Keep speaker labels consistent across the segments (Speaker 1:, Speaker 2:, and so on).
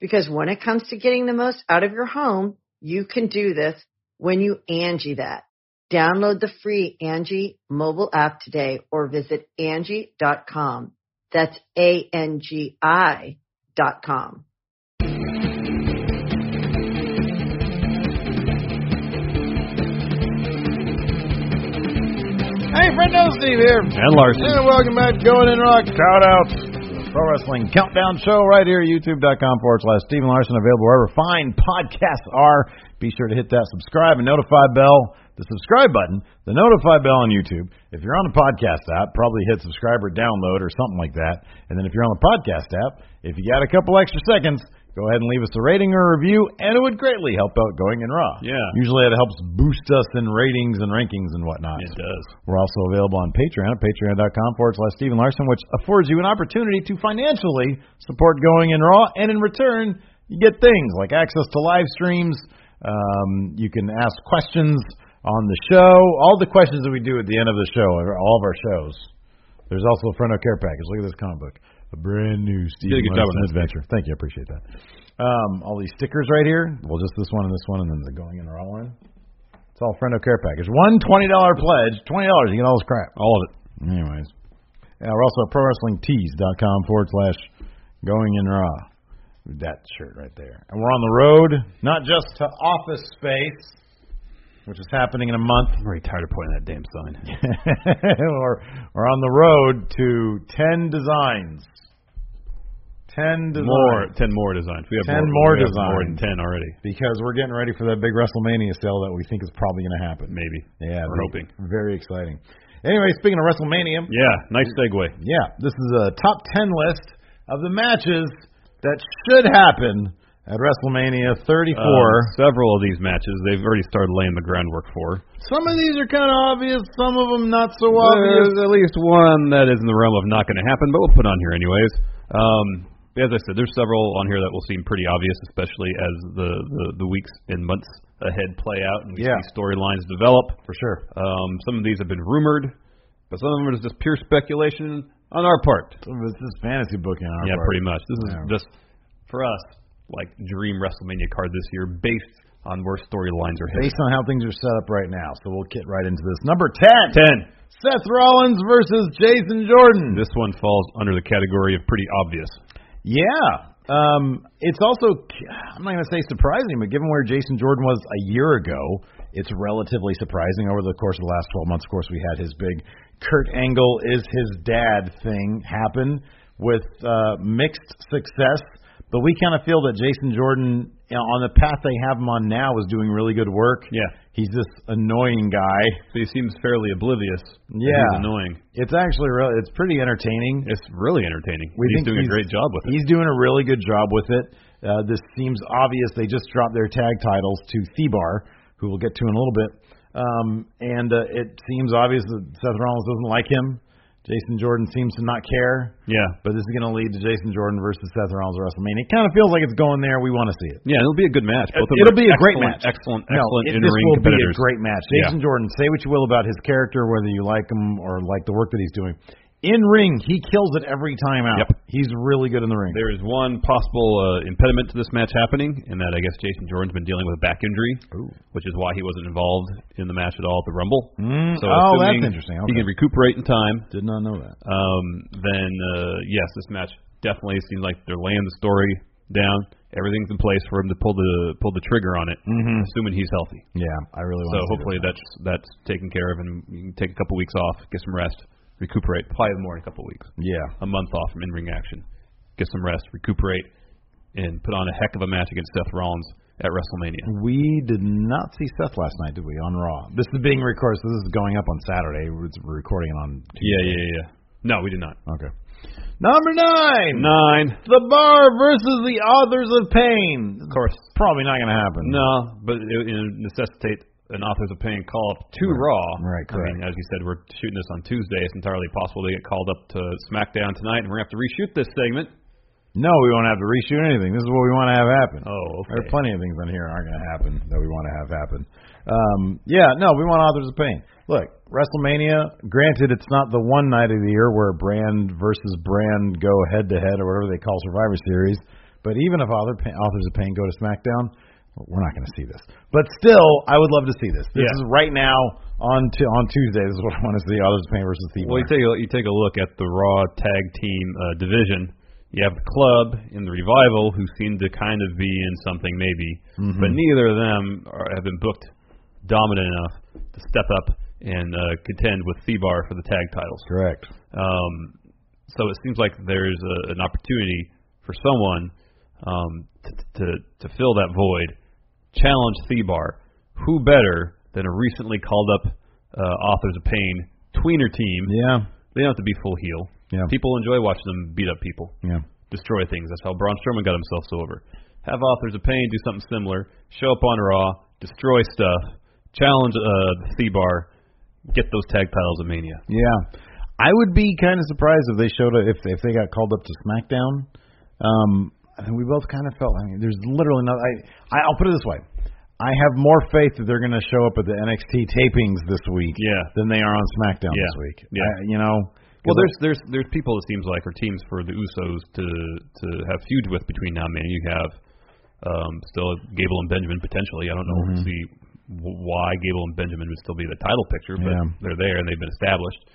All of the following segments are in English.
Speaker 1: Because when it comes to getting the most out of your home, you can do this when you Angie that. Download the free Angie mobile app today or visit Angie.com. That's A-N-G-I dot com.
Speaker 2: Hey, friend, no Steve here.
Speaker 3: And Larson.
Speaker 2: And welcome back to Going In Rock Shout Out. the Pro Wrestling Countdown Show right here, youtube.com forward slash Steven Larson, available wherever fine podcasts are. Be sure to hit that subscribe and notify bell, the subscribe button, the notify bell on YouTube. If you're on the podcast app, probably hit subscribe or download or something like that. And then if you're on the podcast app, if you got a couple extra seconds, go ahead and leave us a rating or a review, and it would greatly help out Going In Raw.
Speaker 3: Yeah.
Speaker 2: Usually it helps boost us in ratings and rankings and whatnot.
Speaker 3: It does.
Speaker 2: We're also available on Patreon at patreon.com forward slash Stephen Larson, which affords you an opportunity to financially support Going in Raw. And in return, you get things like access to live streams. Um, you can ask questions on the show. All the questions that we do at the end of the show, or all of our shows. There's also a Fronto Care Package. Look at this comic book. A brand new Steve
Speaker 3: did a good job
Speaker 2: Larson
Speaker 3: with that,
Speaker 2: adventure. Thank you. I appreciate that. Um, all these stickers right here. Well, just this one and this one, and then the Going in Raw one. It's all friend of care package. One twenty dollar pledge, twenty dollars, you get all this crap. All of it. Anyways. Uh, we're also at pro wrestling com forward slash going in raw. That shirt right there. And we're on the road, not just to office space, which is happening in a month.
Speaker 3: I'm already tired of pointing that damn sign.
Speaker 2: we're, we're on the road to ten designs. Ten designs.
Speaker 3: More, ten more designs. We have
Speaker 2: 10 more
Speaker 3: more, we have More than
Speaker 2: designs.
Speaker 3: ten already.
Speaker 2: Because we're getting ready for that big WrestleMania sale that we think is probably going to happen.
Speaker 3: Maybe.
Speaker 2: Yeah,
Speaker 3: We're
Speaker 2: very-
Speaker 3: hoping.
Speaker 2: Very exciting. Anyway, speaking of WrestleMania,
Speaker 3: Yeah. Nice segue.
Speaker 2: yeah, this is a top ten list of the matches that should happen at WrestleMania 34.
Speaker 3: Um, several of these matches, they've already started laying the groundwork for.
Speaker 2: some of these are kind of obvious, some of them not so obvious.
Speaker 3: There's at least one that is in the realm of not going to happen, but we'll put on here anyways. Um, as I said, there's several on here that will seem pretty obvious, especially as the the, the weeks and months ahead play out and we
Speaker 2: Yeah.
Speaker 3: see storylines develop.
Speaker 2: For sure.
Speaker 3: Um, some of these have been rumored, but some of them is just pure speculation on our part.
Speaker 2: Some of This is fantasy booking on our
Speaker 3: yeah,
Speaker 2: part.
Speaker 3: pretty much. This is
Speaker 2: Yeah.
Speaker 3: just for us, like dream WrestleMania card this year, based on where storylines are headed.
Speaker 2: Based on how things are set up right now, so we'll get right into this. Number 10,
Speaker 3: Ten.
Speaker 2: Seth Rollins versus Jason Jordan.
Speaker 3: This one falls under the category of pretty obvious.
Speaker 2: Yeah. Um, it's also, I'm not going to say surprising, but given where Jason Jordan was a year ago, it's relatively surprising over the course of the last 12 months. Of course, we had his big Kurt Angle is his dad thing happen with uh, mixed success, but we kind of feel that Jason Jordan, you know, on the path they have him on now, is doing really good work.
Speaker 3: Yeah.
Speaker 2: He's this annoying guy.
Speaker 3: So he seems fairly oblivious. and
Speaker 2: Yeah.
Speaker 3: He's annoying.
Speaker 2: It's actually real. It's pretty entertaining.
Speaker 3: It's really entertaining.
Speaker 2: We
Speaker 3: he's
Speaker 2: think
Speaker 3: doing
Speaker 2: he's-
Speaker 3: a great job with it.
Speaker 2: He's doing a really good job with it. Uh, this seems obvious. They just dropped their tag titles to Thebar, who we'll get to in a little bit. Um, and uh, it seems obvious that Seth Rollins doesn't like him. Jason Jordan seems to not care.
Speaker 3: Yeah.
Speaker 2: But this is going to lead to Jason Jordan versus Seth Rollins at WrestleMania. It kind of feels like it's going there. We want to see it.
Speaker 3: Yeah, it'll be a good match. Both of them
Speaker 2: It'll
Speaker 3: are
Speaker 2: be a great
Speaker 3: excellent,
Speaker 2: match.
Speaker 3: Excellent,
Speaker 2: No,
Speaker 3: excellent
Speaker 2: it-
Speaker 3: in
Speaker 2: this
Speaker 3: ring
Speaker 2: will be a
Speaker 3: competitors.
Speaker 2: great match.
Speaker 3: Yeah.
Speaker 2: Jason Jordan, say what you will about his character, whether you like him or like the work that he's doing. In ring, he kills it every time out.
Speaker 3: Yep.
Speaker 2: He's really good in the ring.
Speaker 3: There is one possible uh, impediment to this match happening, in that I guess Jason Jordan's been dealing with a back injury,
Speaker 2: Ooh.
Speaker 3: which is why he wasn't involved in the match at all at the Rumble.
Speaker 2: Mm,
Speaker 3: So
Speaker 2: oh, that's
Speaker 3: assuming
Speaker 2: interesting.
Speaker 3: He
Speaker 2: Okay.
Speaker 3: can recuperate in time.
Speaker 2: Did not know that.
Speaker 3: um, then uh, yes, this match definitely seems like they're laying the story down. Everything's in place for him to pull the pull the trigger on it,
Speaker 2: Mhm.
Speaker 3: assuming he's healthy.
Speaker 2: Yeah, I really want
Speaker 3: So
Speaker 2: to. see
Speaker 3: hopefully
Speaker 2: this.
Speaker 3: that's that's taken care of, and you can take a couple weeks off, get some rest, recuperate. Probably more in a couple weeks,
Speaker 2: Yeah.
Speaker 3: a month off from in-ring action, get some rest, recuperate, and put on a heck of a match against Seth Rollins at WrestleMania.
Speaker 2: We did not see Seth last night, did we? On Raw. This is being recorded. So this is going up on Saturday. We're we're recording it on.
Speaker 3: Yeah, yeah, yeah. No, we did not.
Speaker 2: Okay. Number nine.
Speaker 3: Nine.
Speaker 2: The Bar versus the Authors of Pain. Of course, probably not going to happen.
Speaker 3: No, but it, it necessitate an authors of paying call up to
Speaker 2: Right.
Speaker 3: Raw.
Speaker 2: Right,
Speaker 3: I mean, as you said, we're shooting this on Tuesday. It's entirely possible they get called up to SmackDown tonight, and we're gonna have to reshoot this segment.
Speaker 2: no, we won't have to reshoot anything. This is what we want to have happen.
Speaker 3: Oh,
Speaker 2: There are
Speaker 3: okay.
Speaker 2: plenty of things on here that aren't going to happen that we want to have happen. Um, yeah, no, we want Authors of Pain. Look, WrestleMania, granted, it's not the one night of the year where brand versus brand go head to head or whatever they call Survivor Series, but even if Author Pain, Authors of Pain go to SmackDown, we're not going to see this. But still, I would love to see this. This
Speaker 3: Yeah.
Speaker 2: is right now on t- on Tuesday. This is what I want to see: Authors of Pain versus Steve.
Speaker 3: Well, you take a, you take a look at the Raw tag team uh, division. You have the Club and the Revival, who seem to kind of be in something maybe, but neither of them are, have been booked dominant enough to step up and uh, contend with Thebar for the tag titles.
Speaker 2: Correct.
Speaker 3: Um, so it seems like there's a, an opportunity for someone um, to, to to fill that void, challenge Thebar. Who better than a recently called up uh, Authors of Pain tweener team?
Speaker 2: Yeah.
Speaker 3: They don't have to be full heel.
Speaker 2: Yeah.
Speaker 3: People enjoy watching them beat up people,
Speaker 2: Yeah.
Speaker 3: destroy things. That's how Braun Strowman got himself so over. Have Authors of Pain do something similar. Show up on Raw, destroy stuff, challenge uh, Thebar, get those tag titles of Mania.
Speaker 2: Yeah, I would be kind of surprised if they showed up if if they got called up to SmackDown. Um, I think we both kind of felt. I mean, there's literally not. I, I I'll put it this way. I have more faith that they're going to show up at the NXT tapings this week
Speaker 3: Yeah.
Speaker 2: than they are on SmackDown
Speaker 3: Yeah.
Speaker 2: this week.
Speaker 3: Yeah.
Speaker 2: I- you know.
Speaker 3: Well, there's there's there's people it seems like or teams for the Usos to to have feuds with between now and then. You have um, still Gable and Benjamin potentially. I don't know
Speaker 2: Mm-hmm.
Speaker 3: see w- why Gable and Benjamin would still be in the title picture, but
Speaker 2: Yeah.
Speaker 3: they're there and they've been established.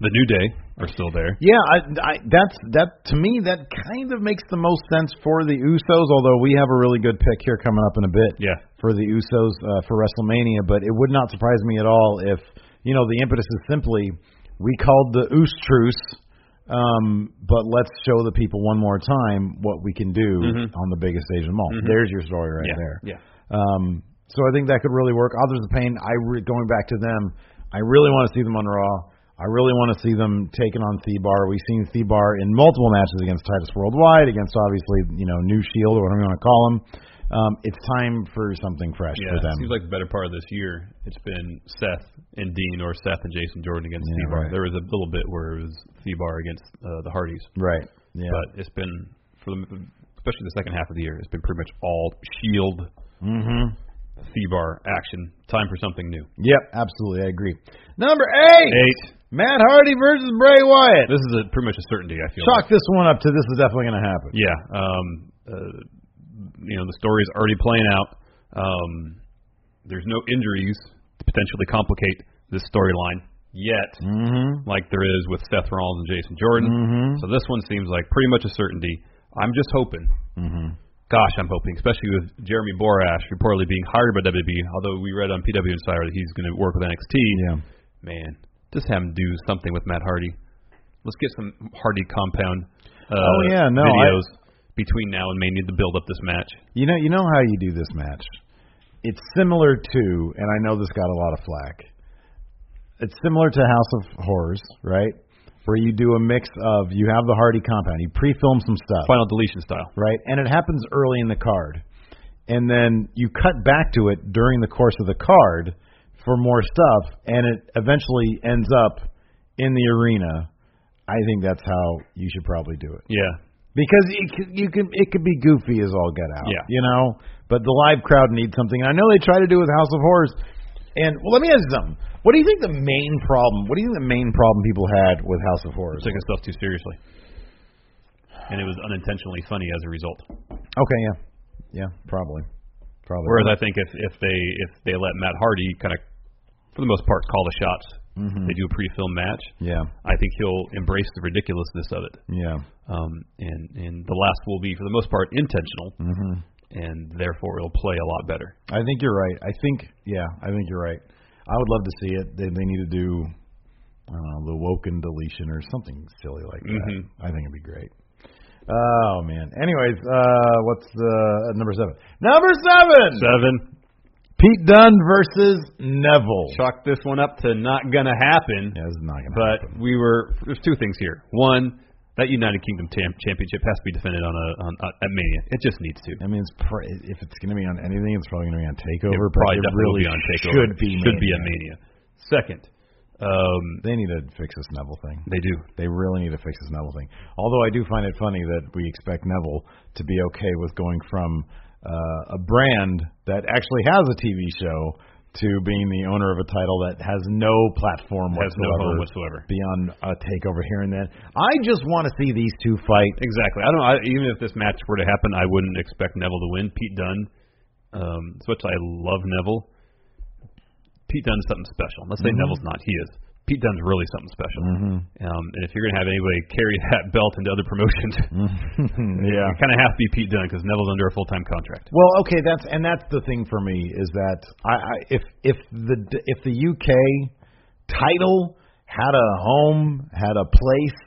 Speaker 3: The New Day are still there.
Speaker 2: Yeah, I, I, that's that to me. That kind of makes the most sense for the Usos. Although we have a really good pick here coming up in a bit.
Speaker 3: Yeah.
Speaker 2: for the Usos uh, for WrestleMania, but it would not surprise me at all if you know the impetus is simply we called the Us truce, um, but let's show the people one more time what we can do on the biggest stage of them all. There's your story right
Speaker 3: Yeah,
Speaker 2: there.
Speaker 3: yeah.
Speaker 2: Um, so I think that could really work. Others of Pain, I re- going back to them, I really want to see them on Raw. I really want to see them taking on Thebar. We've seen Thebar in multiple matches against Titus Worldwide, against obviously you know New Shield or whatever you want to call them. Um, it's time for something fresh
Speaker 3: Yeah,
Speaker 2: for
Speaker 3: it
Speaker 2: them.
Speaker 3: seems like the better part of this year, it's been Seth and Dean or Seth and Jason Jordan against
Speaker 2: Yeah,
Speaker 3: Thebar.
Speaker 2: right.
Speaker 3: There was a little bit where it was Thebar against uh, the Hardys.
Speaker 2: right. Yeah.
Speaker 3: But it's been for the, especially the second half of the year, it's been pretty much all Shield,
Speaker 2: mm-hmm.
Speaker 3: C-bar action. Time for something new.
Speaker 2: Yep. Absolutely, I agree. Number eight,
Speaker 3: Eight.
Speaker 2: Matt Hardy versus Bray Wyatt.
Speaker 3: This is a, pretty much a certainty. I feel.
Speaker 2: Chalk this one up to this is definitely going to happen.
Speaker 3: Yeah. Um. Uh, you know the story is already playing out. Um. There's no injuries to potentially complicate this storyline yet,
Speaker 2: Mm-hmm.
Speaker 3: like there is with Seth Rollins and Jason Jordan.
Speaker 2: Mhm.
Speaker 3: So this one seems like pretty much a certainty. I'm just hoping.
Speaker 2: Mm-hmm.
Speaker 3: Gosh, I'm hoping, especially with Jeremy Borash reportedly being hired by WWE. Although we read on PW Insider that he's going to work with NXT.
Speaker 2: Yeah.
Speaker 3: man, just have him do something with Matt Hardy. Let's get some Hardy compound uh,
Speaker 2: Oh, yeah, no, I-
Speaker 3: videos between now and May. Need to build up this match.
Speaker 2: You know, you know how you do this match. It's similar to, and I know this got a lot of flack. It's similar to House of Horrors, right? Where you do a mix of you have the Hardy compound, you pre-film some stuff,
Speaker 3: Final deletion style.
Speaker 2: right? And it happens early in the card, and then you cut back to it during the course of the card for more stuff, and it eventually ends up in the arena. I think that's how you should probably do it
Speaker 3: Yeah,
Speaker 2: because it could, you can it could be goofy as all get out.
Speaker 3: Yeah.
Speaker 2: You know, but the live crowd needs something. And I know they try to do with House of Horrors. And well, let me ask you something. What do you think the main problem? What do you think the main problem people had with House of Horrors?
Speaker 3: taking stuff too seriously, and it was unintentionally funny as a result.
Speaker 2: Okay, yeah, yeah, probably, probably.
Speaker 3: Whereas I think if if they if they let Matt Hardy kind of for the most part call the shots, They do a pre-film match.
Speaker 2: Yeah.
Speaker 3: I think he'll embrace the ridiculousness of it.
Speaker 2: Yeah.
Speaker 3: Um, and and the last will be for the most part intentional, and therefore it'll play a lot better.
Speaker 2: I think you're right. I think yeah, I think you're right. I would love to see it. They, they need to do I don't know, the Woken deletion or something silly like that.
Speaker 3: Mhm.
Speaker 2: I think it'd be great. Oh man. Anyways, uh what's the uh, number seven? Number seven
Speaker 3: Seven.
Speaker 2: Pete Dunn versus Neville.
Speaker 3: Chalk this one up to not gonna happen.
Speaker 2: Yeah, this is not gonna happen.
Speaker 3: But we were there's two things here. One, that United Kingdom tam- championship has to be defended on a on, on at Mania. It just needs to.
Speaker 2: I mean, it's pr- if it's going to be on anything, it's probably going to be on Takeover.
Speaker 3: it
Speaker 2: but
Speaker 3: probably
Speaker 2: it
Speaker 3: definitely
Speaker 2: really
Speaker 3: will be on Takeover.
Speaker 2: Should be.
Speaker 3: should be
Speaker 2: Mania.
Speaker 3: a Mania. Second, um,
Speaker 2: They need to fix this Neville thing.
Speaker 3: they do.
Speaker 2: They really need to fix this Neville thing. Although I do find it funny that we expect Neville to be okay with going from uh, a brand that actually has a TV show to being the owner of a title that has no platform
Speaker 3: Has no
Speaker 2: whatsoever,
Speaker 3: home whatsoever.
Speaker 2: beyond a takeover here and then. I just want to see these two fight.
Speaker 3: Exactly. I don't. I, even if this match were to happen, I wouldn't expect Neville to win. Pete Dunne, um, as much as I love Neville, Pete Dunne's something special. Let's say Neville's not. He is. Pete Dunne's really something special. Um, and if you're going to have anybody carry that belt into other promotions,
Speaker 2: yeah.
Speaker 3: it kind of has to be Pete Dunne because Neville's under a full time contract.
Speaker 2: Well, okay, that's and that's the thing for me is that I, I if if the if the UK title had a home, had a place,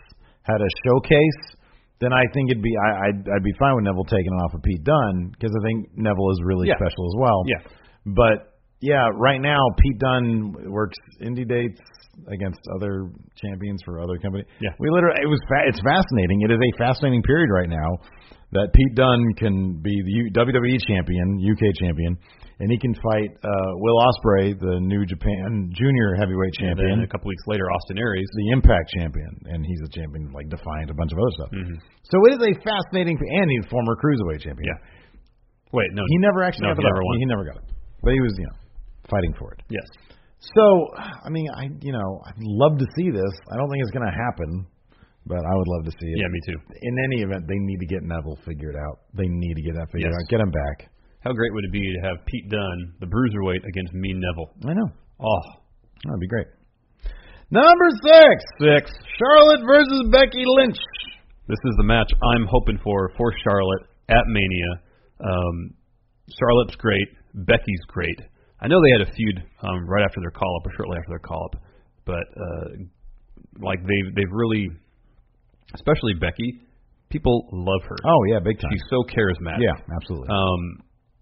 Speaker 2: had a showcase, then I think it'd be I I'd, I'd be fine with Neville taking it off of Pete Dunne because I think Neville is really
Speaker 3: Yeah.
Speaker 2: special as well.
Speaker 3: Yeah.
Speaker 2: But yeah, right now Pete Dunne works indie dates against other champions for other companies.
Speaker 3: Yeah.
Speaker 2: we literally it was fa- it's fascinating. It is a fascinating period right now that Pete Dunne can be the U- WWE champion, UK champion, and he can fight uh, Will Ospreay, the new Japan Junior Heavyweight
Speaker 3: And
Speaker 2: champion,
Speaker 3: then a couple weeks later, Austin Aries.
Speaker 2: the Impact champion, and he's a champion like Defiant, a bunch of other stuff.
Speaker 3: Mm-hmm.
Speaker 2: So it is a fascinating, and he's a former cruiserweight champion.
Speaker 3: Yeah. Wait, no.
Speaker 2: He never actually
Speaker 3: No,
Speaker 2: got the
Speaker 3: he never
Speaker 2: belt.
Speaker 3: won.
Speaker 2: He never got it, but he was you know fighting for it.
Speaker 3: Yes.
Speaker 2: So, I mean, I you know, I'd love to see this. I don't think it's going to happen, but I would love to see it.
Speaker 3: Yeah, me too.
Speaker 2: In any event, they need to get Neville figured out. They need to get that figured
Speaker 3: Yes.
Speaker 2: out. Get him back.
Speaker 3: How great would it be to have Pete Dunne, the bruiserweight, against me, Neville?
Speaker 2: I know.
Speaker 3: Oh,
Speaker 2: That'd be great. Number six,
Speaker 3: six.
Speaker 2: Charlotte versus Becky Lynch.
Speaker 3: This is the match I'm hoping for for Charlotte at Mania. Um, Charlotte's great. Becky's great. I know they had a feud um, right after their call up or shortly after their call up, but uh, like they've they've really, especially Becky, people love her.
Speaker 2: Oh yeah, big time.
Speaker 3: She's so charismatic.
Speaker 2: yeah, absolutely.
Speaker 3: Um,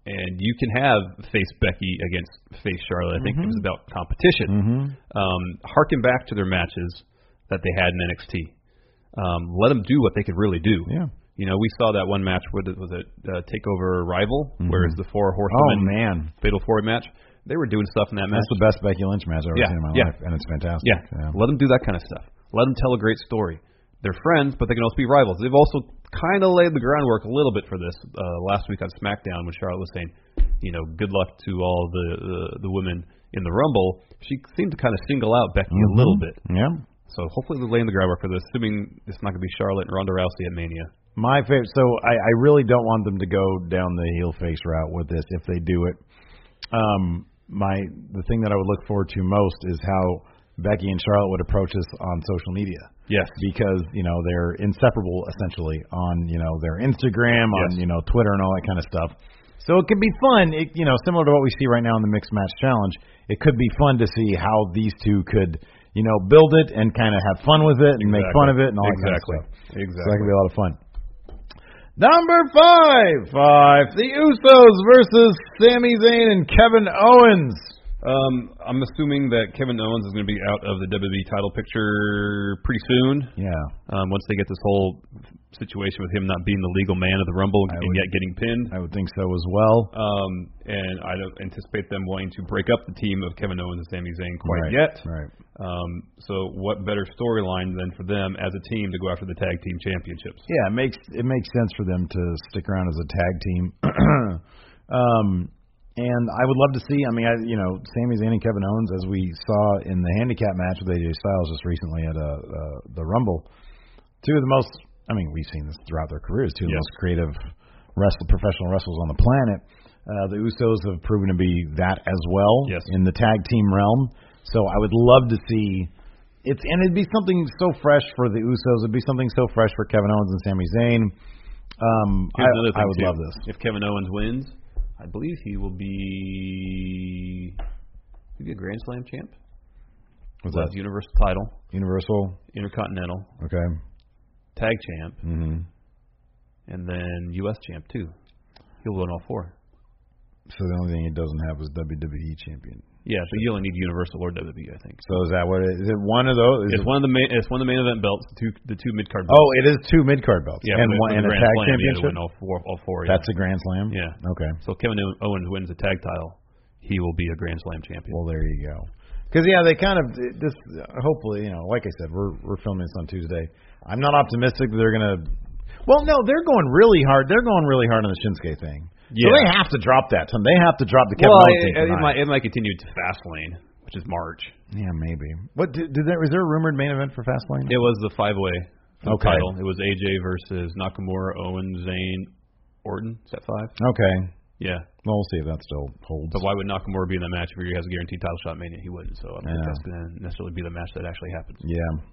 Speaker 3: and you can have face Becky against face Charlotte. I think it was
Speaker 2: Mm-hmm.
Speaker 3: about competition. Um, harken back to their matches that they had in NXT. Um, let them do what they could really do.
Speaker 2: Yeah.
Speaker 3: You know, we saw that one match with was it uh, Takeover Rival, where it's the
Speaker 2: oh
Speaker 3: four horsemen
Speaker 2: man,
Speaker 3: fatal four match. They were doing stuff in that match.
Speaker 2: that's the best Becky Lynch match I've ever
Speaker 3: Yeah,
Speaker 2: seen in my
Speaker 3: yeah.
Speaker 2: life, and it's fantastic.
Speaker 3: Yeah. Let them do that kind of stuff. Let them tell a great story. They're friends, but they can also be rivals. They've also kind of laid the groundwork a little bit for this uh, last week on SmackDown when Charlotte was saying, you know, good luck to all the uh, the, the women in the Rumble. She seemed to kind of single out Becky a little bit.
Speaker 2: Mm-hmm. Yeah.
Speaker 3: So hopefully they're laying the groundwork for this, assuming it's not going to be Charlotte and Ronda Rousey at Mania.
Speaker 2: My favorite. So I, I really don't want them to go down the heel face route with this. If they do it, um, my the thing that I would look forward to most is how Becky and Charlotte would approach this on social media.
Speaker 3: Yes.
Speaker 2: because you know they're inseparable essentially on you know their Instagram, on you
Speaker 3: Yes.
Speaker 2: know Twitter, and all that kind of stuff. So it could be fun. It, you know, similar to what we see right now in the mixed match challenge, it could be fun to see how these two could. You know, build it and kind of have fun with it and make
Speaker 3: Exactly.
Speaker 2: fun of it and all that
Speaker 3: Exactly.
Speaker 2: kind of stuff. So that
Speaker 3: Exactly.
Speaker 2: could be a lot of fun. Number five, five, the Usos versus Sami Zayn and Kevin Owens.
Speaker 3: Um, I'm assuming that Kevin Owens is going to be out of the WWE title picture pretty soon.
Speaker 2: Yeah,
Speaker 3: um, once they get this whole situation with him not being the legal man of the Rumble and
Speaker 2: would-
Speaker 3: yet getting pinned.
Speaker 2: I would think so as well.
Speaker 3: Um, and I don't anticipate them wanting to break up the team of Kevin Owens and Sami Zayn quite
Speaker 2: right.
Speaker 3: yet.
Speaker 2: Right.
Speaker 3: Um, so what better storyline than for them as a team to go after the tag team championships?
Speaker 2: Yeah, it makes it makes sense for them to stick around as a tag team. um, and I would love to see. I mean, I, you know, Sami Zayn and Kevin Owens, as we saw in the handicap match with AJ Styles just recently at uh, uh, the Rumble, two of the most. I mean, we've seen this throughout their careers. Two of the
Speaker 3: Yes.
Speaker 2: most creative wrestle professional wrestlers on the planet. Uh, the Usos have proven to be that as well
Speaker 3: Yes.
Speaker 2: in the tag team realm. So I would love to see it's and it'd be something so fresh for the Usos. It'd be something so fresh for Kevin Owens and Sami Zayn. Um, I,
Speaker 3: Here's another thing
Speaker 2: I would
Speaker 3: too.
Speaker 2: love this.
Speaker 3: If Kevin Owens wins, I believe he will be he'll be a Grand Slam champ.
Speaker 2: What's
Speaker 3: Will
Speaker 2: that?
Speaker 3: have Universal title,
Speaker 2: Universal.
Speaker 3: Intercontinental,
Speaker 2: Okay.
Speaker 3: Tag champ,
Speaker 2: hmm
Speaker 3: and then U.S. champ too. He'll win all four.
Speaker 2: So the only thing he doesn't have is WWE champion.
Speaker 3: Yeah, but you only need Universal or WWE, E, I think.
Speaker 2: So is that what it is? It one of those? Is
Speaker 3: It's
Speaker 2: it,
Speaker 3: one of the main. It's one of the main event belts. The two, the two mid card.
Speaker 2: oh, it is two mid card belts.
Speaker 3: yeah,
Speaker 2: and
Speaker 3: for the-
Speaker 2: one
Speaker 3: for
Speaker 2: and a
Speaker 3: the Grand
Speaker 2: tag
Speaker 3: Slam, you had to
Speaker 2: championship.
Speaker 3: win all four. All four.
Speaker 2: That's
Speaker 3: yeah.
Speaker 2: a grand slam.
Speaker 3: Yeah.
Speaker 2: Okay.
Speaker 3: so Kevin Owens wins the tag title. He will be a Grand Slam champion.
Speaker 2: Well, there you go. Because yeah, they kind of this. Hopefully, you know, like I said, we're we're filming this on Tuesday. I'm not optimistic that they're gonna. Well, no, they're going really hard. They're going really hard on the Shinsuke thing. So
Speaker 3: Yeah.
Speaker 2: they have to drop that. ton- They have to drop the Kevin Owens thing
Speaker 3: it, it
Speaker 2: tonight.
Speaker 3: might it might continue to Fastlane, which is March.
Speaker 2: Yeah, maybe. What did, did there was there a rumored main event for Fastlane?
Speaker 3: It was the five way
Speaker 2: Okay.
Speaker 3: title. It was AJ versus Nakamura, Owens, Zayn, Orton. Is that five?
Speaker 2: Okay.
Speaker 3: Yeah.
Speaker 2: Well, we'll see if that still holds.
Speaker 3: But why would Nakamura be in that match if he has a guaranteed title shot? at Mania, he wouldn't. So I don't think
Speaker 2: Yeah.
Speaker 3: that's going to necessarily be the match that actually happens.
Speaker 2: Yeah.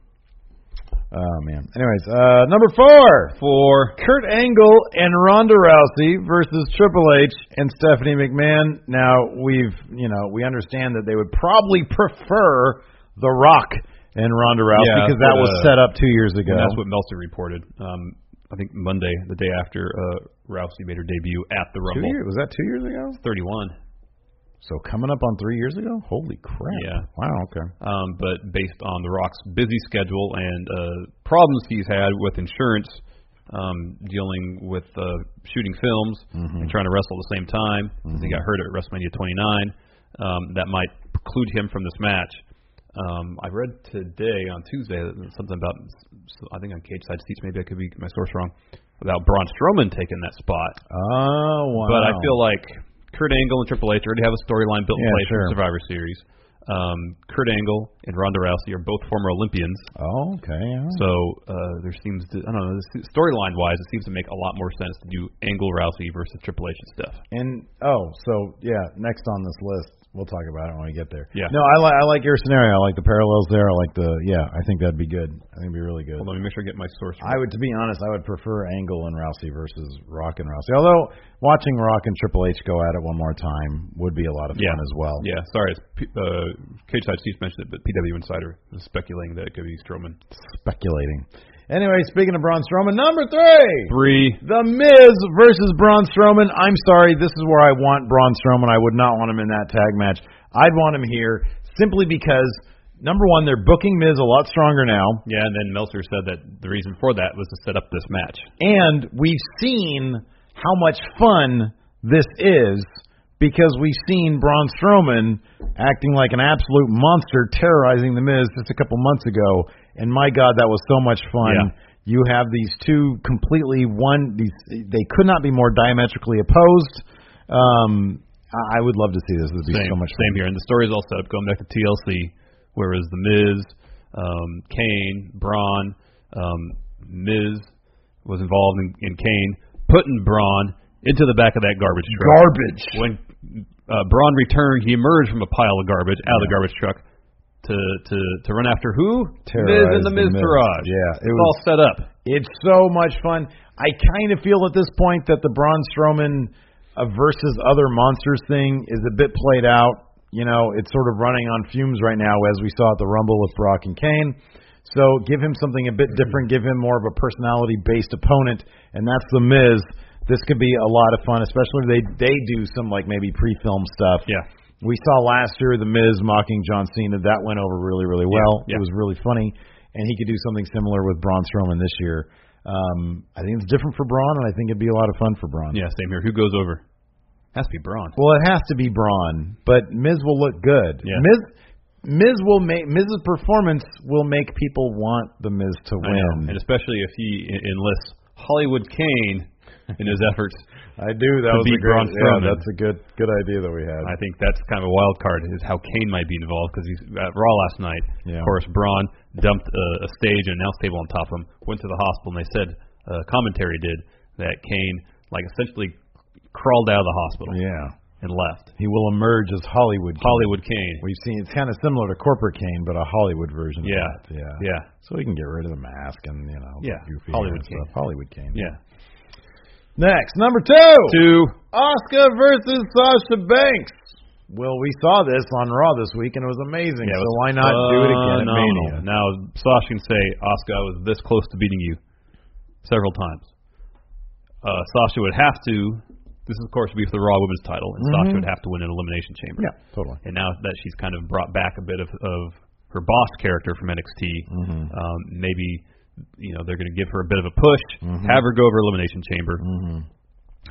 Speaker 2: Oh man. Anyways, uh, number four.
Speaker 3: For
Speaker 2: Kurt Angle and Ronda Rousey versus Triple H and Stephanie McMahon. Now we've you know we understand that they would probably prefer The Rock and Ronda Rousey
Speaker 3: Yeah,
Speaker 2: because that
Speaker 3: but,
Speaker 2: was
Speaker 3: uh,
Speaker 2: set up two years ago.
Speaker 3: And that's what Meltzer reported. Um, I think Monday, the day after uh, Rousey made her debut at the
Speaker 2: two
Speaker 3: Rumble.
Speaker 2: years was that two years ago?
Speaker 3: 31.
Speaker 2: So coming up on three years ago. Holy crap!
Speaker 3: Yeah.
Speaker 2: Wow. Okay.
Speaker 3: Um, but based on The Rock's busy schedule and uh, problems he's had with insurance, um, dealing with uh, shooting films
Speaker 2: Mm-hmm.
Speaker 3: and trying to wrestle at the same time, 'cause he got hurt at WrestleMania 29, um, that might preclude him from this match. Um, I read today on Tuesday that there's something about so I think on cage side seats. Maybe I could be getting my source wrong. About Braun Strowman taking that spot,
Speaker 2: Oh wow.
Speaker 3: but I feel like Kurt Angle and Triple H already have a storyline built in
Speaker 2: Yeah,
Speaker 3: place
Speaker 2: sure.
Speaker 3: for Survivor Series. Um, Kurt Angle and Ronda Rousey are both former Olympians,
Speaker 2: Oh, okay. Yeah.
Speaker 3: so uh, there seems to I don't know this- storyline wise, it seems to make a lot more sense to do Angle Rousey versus Triple H and stuff.
Speaker 2: And oh, so yeah, next on this list, we'll talk about it when we get there.
Speaker 3: Yeah.
Speaker 2: No, I like I like your scenario. I like the parallels there. I like the yeah. I think that'd be good. I think it'd be really good.
Speaker 3: Hold on, let me make sure I get my source.
Speaker 2: I would, to be honest, I would prefer Angle and Rousey versus Rock and Rousey. Although watching Rock and Triple H go at it one more time would be a lot of fun
Speaker 3: Yeah.
Speaker 2: as well.
Speaker 3: Yeah, sorry, it's P- uh, cage side seats mentioned it, but PW Insider is speculating that it could be Strowman.
Speaker 2: Speculating. Anyway, speaking of Braun Strowman, number three.
Speaker 3: Three.
Speaker 2: The Miz versus Braun Strowman. I'm sorry, this is where I want Braun Strowman. I would not want him in that tag match. I'd want him here simply because number one, they're booking Miz a lot stronger now,
Speaker 3: Yeah, and then Meltzer said that the reason for that was to set up this match.
Speaker 2: and we've seen how much fun this is because we've seen Braun Strowman acting like an absolute monster, terrorizing the Miz just a couple months ago, and my God, that was so much fun.
Speaker 3: Yeah.
Speaker 2: You have these two completely one; these they could not be more diametrically opposed. Um, I I would love to see this. It would be
Speaker 3: same,
Speaker 2: so much fun.
Speaker 3: same here. And the story's all set up going back to TLC, whereas The Miz, um, Kane, Braun, um, Miz was involved in, in Kane putting Braun into the back of that garbage truck.
Speaker 2: Garbage.
Speaker 3: When uh, Braun returned, he emerged from a pile of garbage out of the garbage truck to to to run after who? Miz
Speaker 2: Terrorize
Speaker 3: and the
Speaker 2: the
Speaker 3: Miz
Speaker 2: Miz.
Speaker 3: Taraj.
Speaker 2: Yeah, it
Speaker 3: it's
Speaker 2: was-
Speaker 3: all set up.
Speaker 2: It's so much fun. I kind of feel at this point that the Braun Strowman uh, versus other monsters thing is a bit played out. You know, it's sort of running on fumes right now, as we saw at the Rumble with Brock and Kane. So give him something a bit different. Give him more of a personality-based opponent, and that's the Miz. This could be a lot of fun, especially if they they do some like maybe pre-film stuff.
Speaker 3: Yeah.
Speaker 2: We saw last year the Miz mocking John Cena. That went over really, really well.
Speaker 3: yeah.
Speaker 2: It was really funny, and he could do something similar with Braun Strowman this year. Um, I think it's different for Braun, and I think it'd be a lot of fun for Braun.
Speaker 3: Yeah, same here. Who goes over? Has to be Braun.
Speaker 2: Well, it has to be Braun, but Miz will look good.
Speaker 3: Yeah.
Speaker 2: Miz, Miz will make Miz's performance will make people want the Miz to
Speaker 3: I know.
Speaker 2: win.
Speaker 3: And especially if he en- enlists Hollywood Kane in his efforts.
Speaker 2: I do. That
Speaker 3: To
Speaker 2: was
Speaker 3: beat
Speaker 2: a great.
Speaker 3: Braun Strowman.
Speaker 2: Yeah, that's a good good idea that we had.
Speaker 3: I think that's kind of a wild card is how Kane might be involved because he's at Raw last night.
Speaker 2: Yeah.
Speaker 3: Of course, Braun dumped a, a stage and announce table on top of him, went to the hospital, and they said uh, commentary did that Kane like essentially crawled out of the hospital.
Speaker 2: yeah.
Speaker 3: and left.
Speaker 2: He will emerge as Hollywood. Kane.
Speaker 3: Hollywood Kane.
Speaker 2: We've seen it's kind of similar to corporate Kane, but a Hollywood version.
Speaker 3: Yeah.
Speaker 2: Of that. Yeah.
Speaker 3: Yeah.
Speaker 2: So he can get rid of the mask and you know.
Speaker 3: Yeah.
Speaker 2: the Goofy
Speaker 3: Hollywood
Speaker 2: and stuff. Hollywood Kane.
Speaker 3: Yeah.
Speaker 2: Next, number two.
Speaker 3: Two.
Speaker 2: Oscar versus Sasha Banks. Well, we saw this on Raw this week, and it was amazing.
Speaker 3: Yeah,
Speaker 2: so
Speaker 3: it was
Speaker 2: why not do it again at
Speaker 3: phenomenal.
Speaker 2: Mania?
Speaker 3: Now Sasha can say, Oscar, I was this close to beating you several times. Uh, Sasha would have to. This is of course would be for the Raw Women's title, and Sasha would have to win an Elimination Chamber.
Speaker 2: Mm-hmm. Yeah, totally.
Speaker 3: And now that she's kind of brought back a bit of, of her boss character from NXT,
Speaker 2: Mm-hmm.
Speaker 3: um, maybe you know they're going to give her a bit of a push,
Speaker 2: Mm-hmm.
Speaker 3: have her go over Elimination Chamber,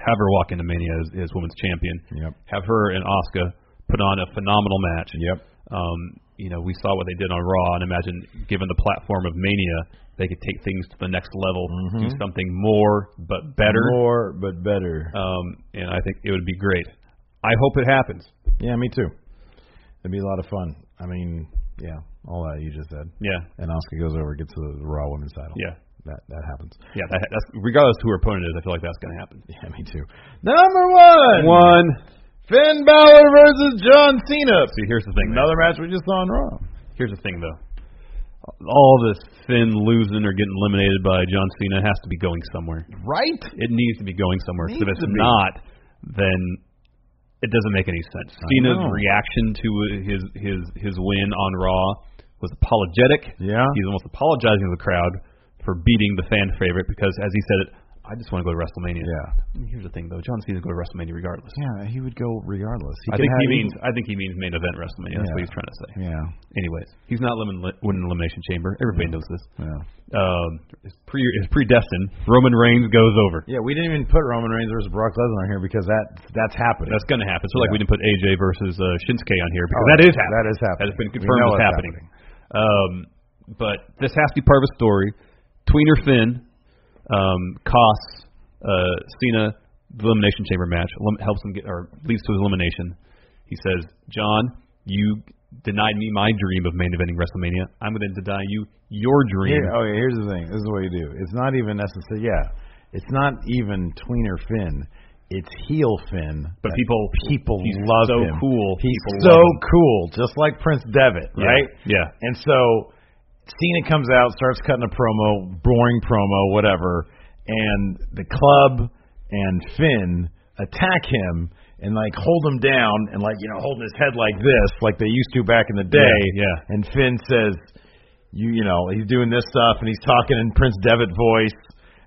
Speaker 3: have her walk into Mania as, as women's champion,
Speaker 2: Yep.
Speaker 3: have her and Oscar put on a phenomenal match.
Speaker 2: Yep.
Speaker 3: Um, you know, we saw what they did on Raw, and imagine given the platform of Mania, they could take things to the next level, do something more but better.
Speaker 2: More, but better.
Speaker 3: Um, and I think it would be great. I hope it happens.
Speaker 2: yeah, me too. It'd be a lot of fun. I mean, yeah, all that you just said.
Speaker 3: Yeah,
Speaker 2: And Oscar goes over, gets the Raw Women's title.
Speaker 3: yeah,
Speaker 2: that that happens.
Speaker 3: yeah. That, that's regardless of who her opponent is. I feel like that's going to happen.
Speaker 2: Yeah, me too. Number one,
Speaker 3: One.
Speaker 2: Finn Balor versus John Cena.
Speaker 3: See, here's the thing. man.
Speaker 2: Another match we just saw on Raw.
Speaker 3: Here's the thing, though. All this Finn losing or getting eliminated by John Cena has to be going somewhere.
Speaker 2: Right?
Speaker 3: It needs to be going somewhere. 'cause if
Speaker 2: Needs
Speaker 3: it's
Speaker 2: to be.
Speaker 3: not, then it doesn't make any sense. Cena's
Speaker 2: know.
Speaker 3: reaction to his his his win on Raw was apologetic.
Speaker 2: Yeah.
Speaker 3: he's almost apologizing to the crowd for beating the fan favorite because, as he said it, I just want to go to WrestleMania.
Speaker 2: Yeah.
Speaker 3: I mean, here's the thing, though. John Cena's going to WrestleMania regardless.
Speaker 2: Yeah, he would go regardless.
Speaker 3: I think he means I think he means main event WrestleMania. That's
Speaker 2: Yeah.
Speaker 3: what he's trying to say.
Speaker 2: Yeah.
Speaker 3: Anyways, he's not lim- winning elimination chamber. Everybody knows this.
Speaker 2: Yeah.
Speaker 3: Um, it's pre it's predestined. Roman Reigns goes over.
Speaker 2: Yeah, we didn't even put Roman Reigns versus Brock Lesnar here because that that's happening.
Speaker 3: That's going to happen. So like
Speaker 2: Yeah.
Speaker 3: we didn't put AJ versus uh, Shinsuke on here because
Speaker 2: Oh,
Speaker 3: that is happening.
Speaker 2: that is happening.
Speaker 3: That has been
Speaker 2: We
Speaker 3: confirmed
Speaker 2: know
Speaker 3: as
Speaker 2: it's
Speaker 3: happening. Um, but this has to be part of a story. Tweener Finn um, costs uh, Cena the Elimination Chamber match, elim- helps him get or leads to his elimination. He says, "John, you denied me my dream of main eventing WrestleMania. I'm going to deny you your dream."
Speaker 2: Here, okay, here's the thing. This is what you do. It's not even necessary. Yeah, it's not even tweener Finn. It's heel Finn.
Speaker 3: But people-
Speaker 2: people
Speaker 3: he's
Speaker 2: love
Speaker 3: so
Speaker 2: him.
Speaker 3: cool.
Speaker 2: He's
Speaker 3: People
Speaker 2: so
Speaker 3: love him.
Speaker 2: cool, just like Prince Devitt,
Speaker 3: Yeah,
Speaker 2: right?
Speaker 3: yeah.
Speaker 2: And so Cena comes out, starts cutting a promo, boring promo, whatever, and the club and Finn attack him and like hold him down and like you know holding his head like this like they used to back in the day
Speaker 3: Yeah, yeah.
Speaker 2: and Finn says, you you know, he's doing this stuff and he's talking in Prince Devitt voice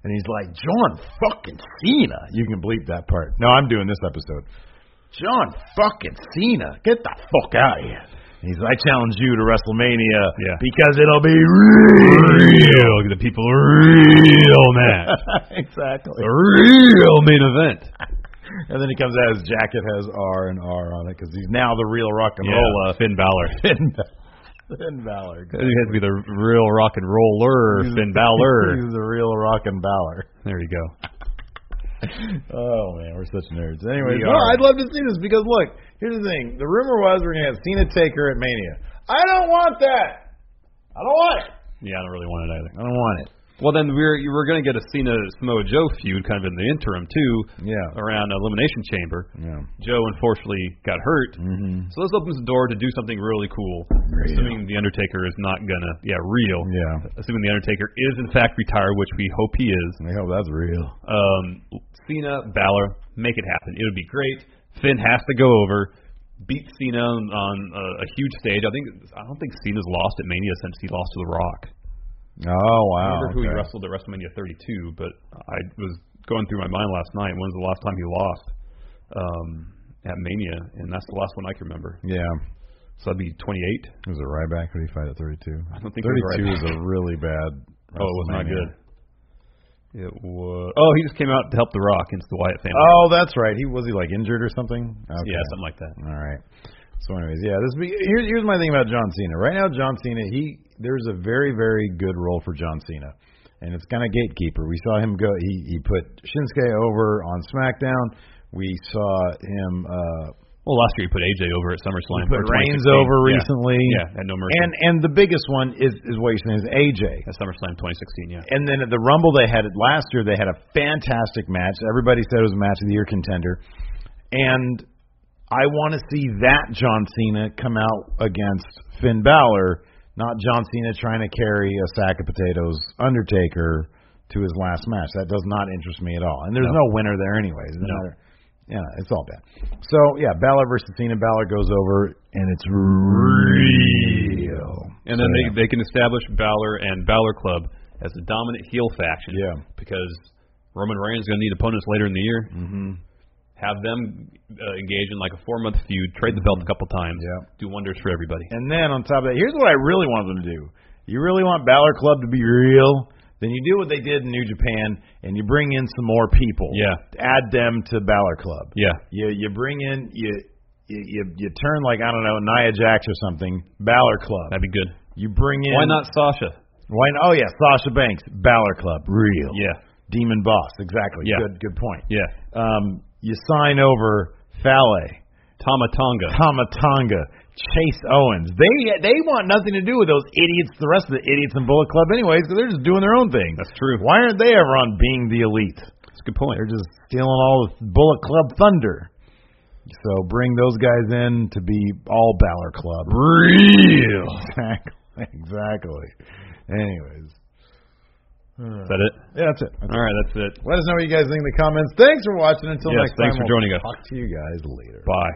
Speaker 2: and he's like, John fucking Cena. You can bleep that part. No, I'm doing this episode. John fucking Cena, get the fuck out of here. And he's like, I challenge you to WrestleMania
Speaker 3: Yeah.
Speaker 2: because it'll be real.
Speaker 3: Real, the people real match,
Speaker 2: exactly.
Speaker 3: a real main event.
Speaker 2: And then he comes out, his jacket has R and R on it because he's now the real rock and
Speaker 3: Yeah,
Speaker 2: roller.
Speaker 3: uh, Finn Balor.
Speaker 2: Finn, Finn Balor.
Speaker 3: It has to be the real rock and roller
Speaker 2: Mm.
Speaker 3: Finn Balor.
Speaker 2: He's the real rock and Balor.
Speaker 3: There you go.
Speaker 2: Oh man, we're such nerds. Anyways,
Speaker 3: We
Speaker 2: no,
Speaker 3: are.
Speaker 2: I'd love to see this because look, here's the thing. The rumor was we're gonna have Cena Taker at Mania. I don't want that. I don't want it.
Speaker 3: Yeah, I don't really want it either.
Speaker 2: I don't want it.
Speaker 3: Well, then we're you we're gonna get a Cena Samoa Joe feud kind of in the interim too.
Speaker 2: Yeah.
Speaker 3: Around Elimination Chamber,
Speaker 2: Yeah.
Speaker 3: Joe unfortunately got hurt. Mm-hmm. So this opens the door to do something really cool.
Speaker 2: Real.
Speaker 3: Assuming the Undertaker is not gonna, yeah, real.
Speaker 2: Yeah.
Speaker 3: Assuming the Undertaker is in fact retired, which we hope he is.
Speaker 2: I hope that's real.
Speaker 3: um, Cena, Balor, make it happen. It would be great. Finn has to go over, beat Cena on a, a huge stage. I think I don't think Cena's lost at Mania since he lost to The Rock.
Speaker 2: Oh
Speaker 3: I
Speaker 2: wow.
Speaker 3: remember who he
Speaker 2: okay.
Speaker 3: wrestled at WrestleMania 32, but I was going through my mind last night. When's the last time he lost um, at Mania? And that's the last one I can remember.
Speaker 2: Yeah.
Speaker 3: So that'd be 28.
Speaker 2: Was it Ryback? Who did he fight at thirty two? I
Speaker 3: don't think it
Speaker 2: thirty
Speaker 3: was
Speaker 2: two
Speaker 3: Ryback.
Speaker 2: is a really bad
Speaker 3: Oh, it was not
Speaker 2: WrestleMania.
Speaker 3: good. It was. Oh, he just came out to help The Rock against the Wyatt family.
Speaker 2: Oh, that's right. He was he like injured or something? Okay.
Speaker 3: yeah, something like that.
Speaker 2: All right. So, anyways, yeah, this be, here's here's my thing about John Cena. Right now, John Cena, he there's a very very good role for John Cena, and it's kind of gatekeeper. We saw him go. He he put Shinsuke over on SmackDown. We saw him uh,
Speaker 3: Well, last year he put AJ over at SummerSlam.
Speaker 2: he put
Speaker 3: for
Speaker 2: Reigns
Speaker 3: 2016.
Speaker 2: over
Speaker 3: Yeah.
Speaker 2: recently.
Speaker 3: Yeah, had no mercy.
Speaker 2: And and the biggest one is is what you're saying is AJ.
Speaker 3: At SummerSlam 2016, yeah.
Speaker 2: And then at the Rumble they had it last year. They had a fantastic match. Everybody said it was a match of the year contender. And I want to see that John Cena come out against Finn Balor, not John Cena trying to carry a sack of potatoes Undertaker to his last match. That does not interest me at all. And there's no, winner there anyways. No. matter- Yeah, it's all bad. So yeah, Balor versus Cena. Balor goes over, and it's real.
Speaker 3: And then
Speaker 2: So,
Speaker 3: they they can establish Balor and Balor Club as the dominant heel faction.
Speaker 2: Yeah.
Speaker 3: Because Roman Reigns is going to need opponents later in the year. Mm-hmm. Have them uh, engage in like a four month feud, trade the belt a couple times.
Speaker 2: Yeah.
Speaker 3: Do wonders for everybody.
Speaker 2: And then on top of that, here's what I really want them to do. You really want Balor Club to be real? Then you do what they did in New Japan, and you bring in some more people.
Speaker 3: Yeah.
Speaker 2: Add them to Balor Club.
Speaker 3: Yeah.
Speaker 2: You you bring in you you you, you turn like I don't know Nia Jax or something. Balor Club.
Speaker 3: That'd be good.
Speaker 2: You bring in
Speaker 3: Why not Sasha?
Speaker 2: Why? Oh yeah, Sasha Banks. Balor Club. Real.
Speaker 3: Yeah.
Speaker 2: Demon Boss. Exactly.
Speaker 3: Yeah.
Speaker 2: Good. Good point.
Speaker 3: Yeah.
Speaker 2: Um, you sign over Fale.
Speaker 3: Tama Tonga.
Speaker 2: Tamatanga, Chase Owens. They they want nothing to do with those idiots, the rest of the idiots in Bullet Club anyways, because they're just doing their own thing.
Speaker 3: That's true.
Speaker 2: Why aren't they ever on being the elite?
Speaker 3: That's a good point.
Speaker 2: They're just stealing all the Bullet Club thunder. So bring those guys in to be all Balor Club. Real. Exactly. Exactly. Anyways.
Speaker 3: Is that it?
Speaker 2: Yeah, that's it. That's it.
Speaker 3: All right, that's it.
Speaker 2: Let us know what you guys think in the comments. Thanks for watching. Until
Speaker 3: Yes,
Speaker 2: next
Speaker 3: thanks
Speaker 2: time.
Speaker 3: for
Speaker 2: we'll
Speaker 3: joining us.
Speaker 2: Talk to you guys later.
Speaker 3: Bye.